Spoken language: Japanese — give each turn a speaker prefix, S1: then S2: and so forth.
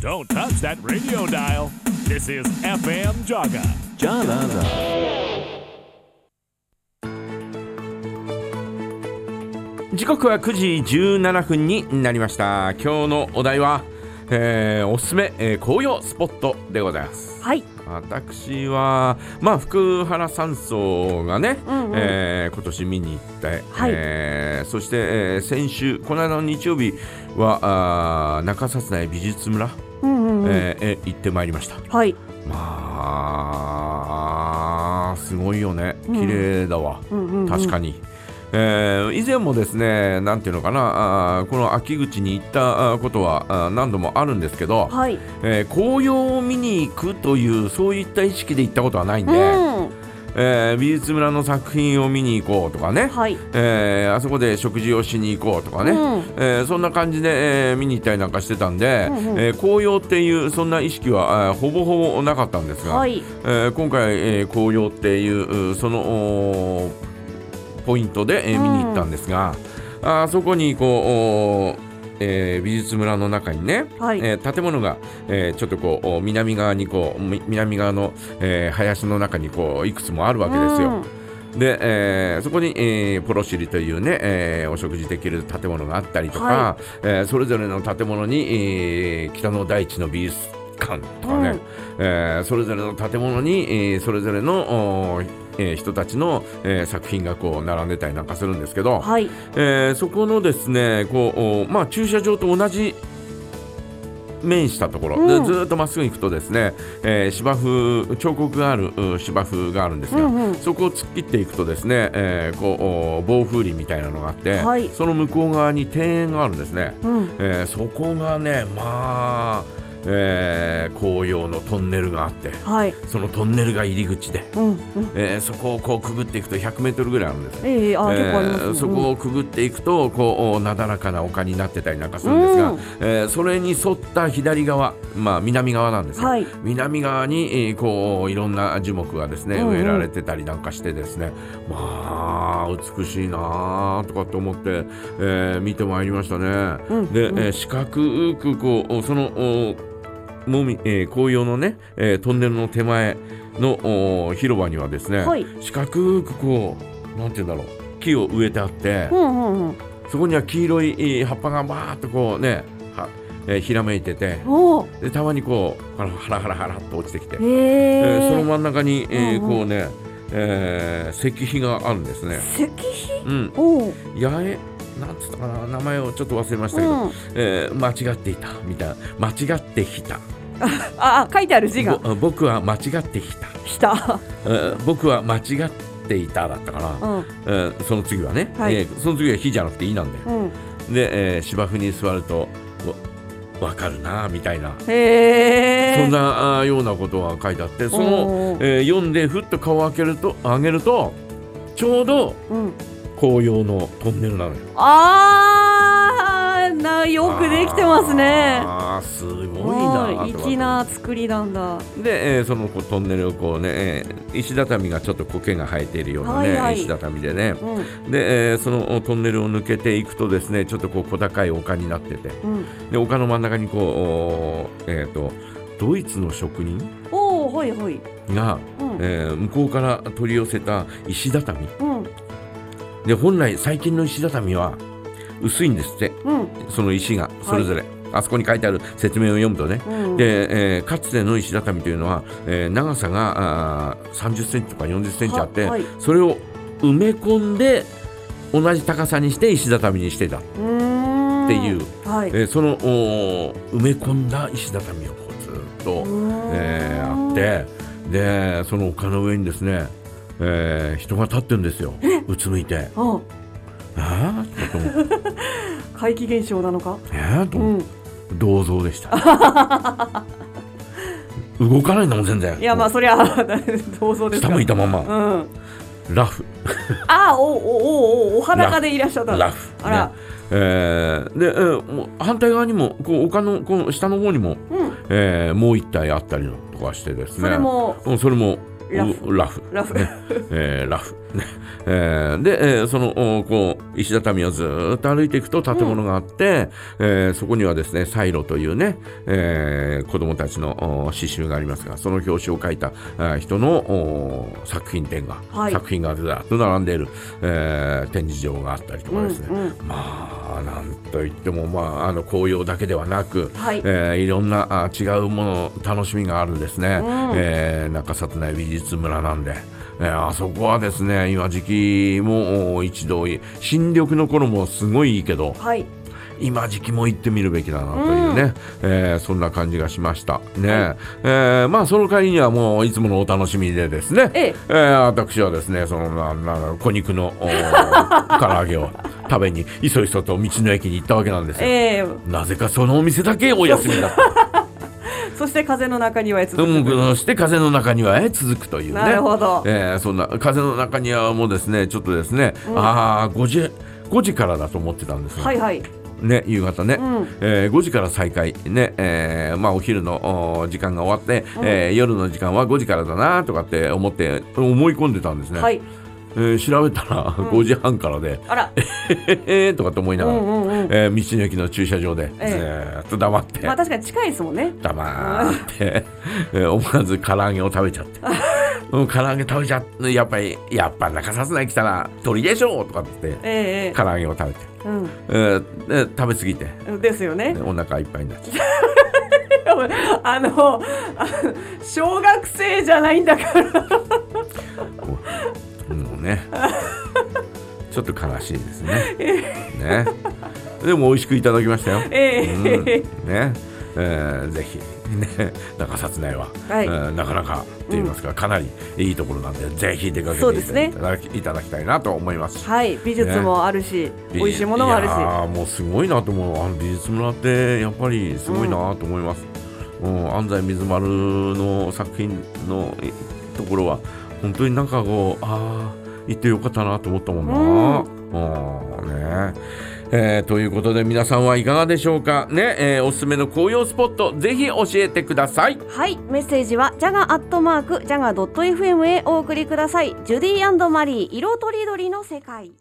S1: Don't touch that radio dial. This is FM Jaga.
S2: Jalaga.
S3: 時刻は9時17分になりました今日のお題は、えーおすすめ、えー紅葉スポットでございます
S4: はい
S3: 私はまあ福原山荘がね、
S4: うんうん
S3: えー今年見に行って、
S4: はい
S3: えーそして、えー先週この間の日曜日はあー中札内美術村、
S4: うんうんうん
S3: えーへ行ってまいりました
S4: はい
S3: まあすごいよね綺麗だわ、
S4: うんうんうん
S3: 確かに、えー以前もですねなんていうのかなあーこの秋口に行ったあーことはあー何度もあるんですけど、
S4: はい
S3: えー紅葉を見に行くというそういった意識で行ったことはないんで、
S4: うん
S3: えー美術村の作品を見に行こうとかね、
S4: はい
S3: えーあそこで食事をしに行こうとかね、
S4: うん
S3: えーそんな感じで、えー見に行ったりなんかしてたんで、
S4: うんうん
S3: えー紅葉っていうそんな意識は、えーほぼほぼなかったんですが、
S4: はい
S3: えー今回、えー紅葉っていううそのおーポイントで、えー
S4: うん
S3: 見に行ったんですが、あーそこにこうおー、えー美術村の中にね、
S4: はい
S3: えー建物が、えーちょっとこうお南側にこうみ南側の、えー林の中にこういくつもあるわけですよ。で、えーそこに、えーポロシリというね、えーお食事できる建物があったりとか、
S4: は
S3: えーそれぞれの建物に、えー北の大地の美術館とかね、
S4: うん
S3: えーそれぞれの建物に、えーそれぞれの、おーえー人たちの、えー作品がこう並んでたりなんかするんですけど、
S4: はい
S3: えーそこのですねこう、おまあ、駐車場と同じ面したところ、
S4: うん
S3: でずーっとまっすぐ行くとですね、えー芝生彫刻があるう芝生があるんですが、
S4: うんうん
S3: そこを突っ切っていくとですね、えーこうお暴風林みたいなのがあって、
S4: はい
S3: その向こう側に庭園があるんですね、
S4: うん
S3: えーそこがねまあ、えー紅葉のトンネルがあって
S4: はい
S3: そのトンネルが入り口で、
S4: うんうん
S3: えーそこをこうくぐっていくと100メートルぐらいあるんですね
S4: ええあ
S3: え
S4: 結構あります
S3: ー
S4: ね
S3: そこをくぐっていくとこうなだらかな丘になってたりなんかするんですが、
S4: うん
S3: えーそれに沿った左側、まあ、南側なんですよ、
S4: はい
S3: 南側に、えーこういろんな樹木がですね
S4: うんうん
S3: 植えられてたりなんかしてですね、まあ美しいなあとかって思って、えー見てまいりましたね。
S4: うん
S3: で、
S4: うん
S3: えー四角くこうそのおもみ、えー紅葉のね、えートンネルの手前のお広場にはですね、
S4: はい
S3: 四角くこうなんて言うんだろう木を植えてあって、
S4: うんうんうん
S3: そこには黄色いえー葉っぱがバーっとこうねは、えーひらめいてて
S4: おー
S3: でたまにこうハラハラハラハラっと落ちてきて、
S4: へ
S3: えーその
S4: え
S3: 真ん中に、えー
S4: うんうん
S3: こうね、えー石碑があるんですね。
S4: 石碑
S3: うん、
S4: おお
S3: 八重なんつったかな名前をちょっと忘れましたけど、
S4: うん
S3: えー間違っていたみたいな間違ってきた
S4: ああ書いてある字が
S3: ぼ僕は間違ってきた、
S4: した
S3: えー僕は間違っていただったか
S4: う
S3: な、
S4: ん
S3: えーその次はね、
S4: はい
S3: えーその次は「火じゃなくて「い」なんだよ
S4: うん
S3: で、えー芝生に座るとわわかるなみたいな、
S4: へえ
S3: そんなあーようなことが書いてあってそ
S4: お
S3: の、
S4: ー
S3: えー読んでふっと顔を開けると上げるとちょうど
S4: うん
S3: 紅葉のトンネルなのよ。
S4: あーなよくできてますね
S3: あーすごいな
S4: はい
S3: ーとか
S4: 粋な作りなんだ
S3: で、えーそのこうトンネルをこうね、えー石畳がちょっと苔が生えているようなね、
S4: はいはい
S3: 石畳でね
S4: うん
S3: で、えーそのトンネルを抜けていくとですねちょっとこう小高い丘になってて
S4: うん
S3: で丘の真ん中にこうおーえっ、とドイツの職人
S4: おおはいはい
S3: が、
S4: うん
S3: えー向こうから取り寄せた石畳
S4: うん
S3: で本来最近の石畳は薄いんですって
S4: うん
S3: その石がそれぞれ、あそこに書いてある説明を読むとね
S4: うん
S3: で、えーかつての石畳というのは、えー長さがあー30センチとか40センチあって、
S4: ははい
S3: それを埋め込んで同じ高さにして石畳にしてた、
S4: うーん
S3: っていう
S4: はい
S3: えーそのおー埋め込んだ石畳をこうずっと、えーあってでその丘の上にですね、えー人が立ってるんですようつむいて。
S4: あー
S3: ああと思って
S4: あ怪奇現象なのか
S3: えーと
S4: う
S3: 思って
S4: ん
S3: 銅像でした 動かないんだもん全然
S4: いやまあそりゃ想像です
S3: 下
S4: か
S3: 向いたま
S4: う
S3: ま
S4: ん
S3: ラフ
S4: あーおおおおお裸でいらっしゃった
S3: ラフ、ね、
S4: あら
S3: えーで、えーもう反対側にもこう丘のこの下の方にも、
S4: うん
S3: えーもう一体あったりとかしてですね
S4: それも
S3: うんそれも
S4: ラフ
S3: うラフ
S4: ラフ
S3: ねえーラフ、 ねえーで、えーそのおこう石畳をずーっと歩いていくと建物があって、えーそこにはですねサイロというね、えー子供たちのお刺繍がありますがその表紙を書いたあー人のお作品展が、
S4: はい
S3: 作品がずらっと並んでいる、えー展示場があったりとかですね、
S4: うんうん
S3: まあなんといっても、まあ、あの紅葉だけではなく、
S4: はい
S3: えーいろんなあ違うもの楽しみがあるんですね、えー中里内美術村なんで、えーあそこはですね今時期もお一度新緑の頃もすごいいいけど
S4: はい
S3: 今時期も行ってみるべきだなというね、えーそんな感じがしましたね、えーまあその帰りにはもういつものお楽しみでですね、
S4: ええ
S3: ー私はですねそのなな小肉のお ー唐揚げを食べにいそいそと道の駅に行ったわけなんですよ、
S4: えー、
S3: なぜかそのお店だけお休みだった
S4: そして風の中にはやつ
S3: うもそして風の中にはえ続くというね。
S4: なるほど
S3: えーそんな風の中にはもうですねちょっとですね、ああ5時5時からだと思ってたんですが、
S4: はいはい
S3: ね夕方ね、
S4: ん
S3: えー5時から再開ね、えーまあお昼のおー時間が終わって、えー夜の時間は5時からだなとかって思って思い込んでたんですね。
S4: はい
S3: えー調べたら5時半からで、
S4: あら
S3: えっえーとかって思いながら、
S4: うんうんうん
S3: えー道の駅の駐車場でず
S4: ええ
S3: ーっと黙って。
S4: まあ確かに近いですもんね
S3: 黙って、えー思わず唐揚げを食べちゃって。うん、唐揚げ食べちゃって、やっぱり、やっぱ中札内来たら鳥でしょうとかって言って、
S4: えええ
S3: 唐揚げを食べて、
S4: え
S3: えーで食べ過ぎて、ね
S4: うんですよね
S3: お腹いっぱいになっちゃっ
S4: でもあのあ小学生じゃないんだから
S3: た。こうもうね、ちょっと悲しいですね。ね。でも美味しくいただきましたよ。
S4: ええ
S3: うんね、えーぜひ、ね、中札内は、
S4: はい
S3: えーなかなかと言いますか、かなりいいところなんで、ぜひ出かけ
S4: そう
S3: て
S4: で
S3: い
S4: す
S3: た,、
S4: ね
S3: だきいただきたいなと思います。
S4: はい美術もあるし、美味しいものもあるし
S3: いやーもうすごいなと思う、あの美術村ってやっぱりすごいなと思います。うん安西水丸の作品のえところは、本当になんかこう、ああ、行ってよかったなと思ったもんな。うんねえーということで皆さんはいかがでしょうかね、えーおすすめの紅葉スポットぜひ教えてください
S2: はい、メッセージはジャガアットマークジャガドット FM へお送りください。ジュディマリー色とりどりの世界。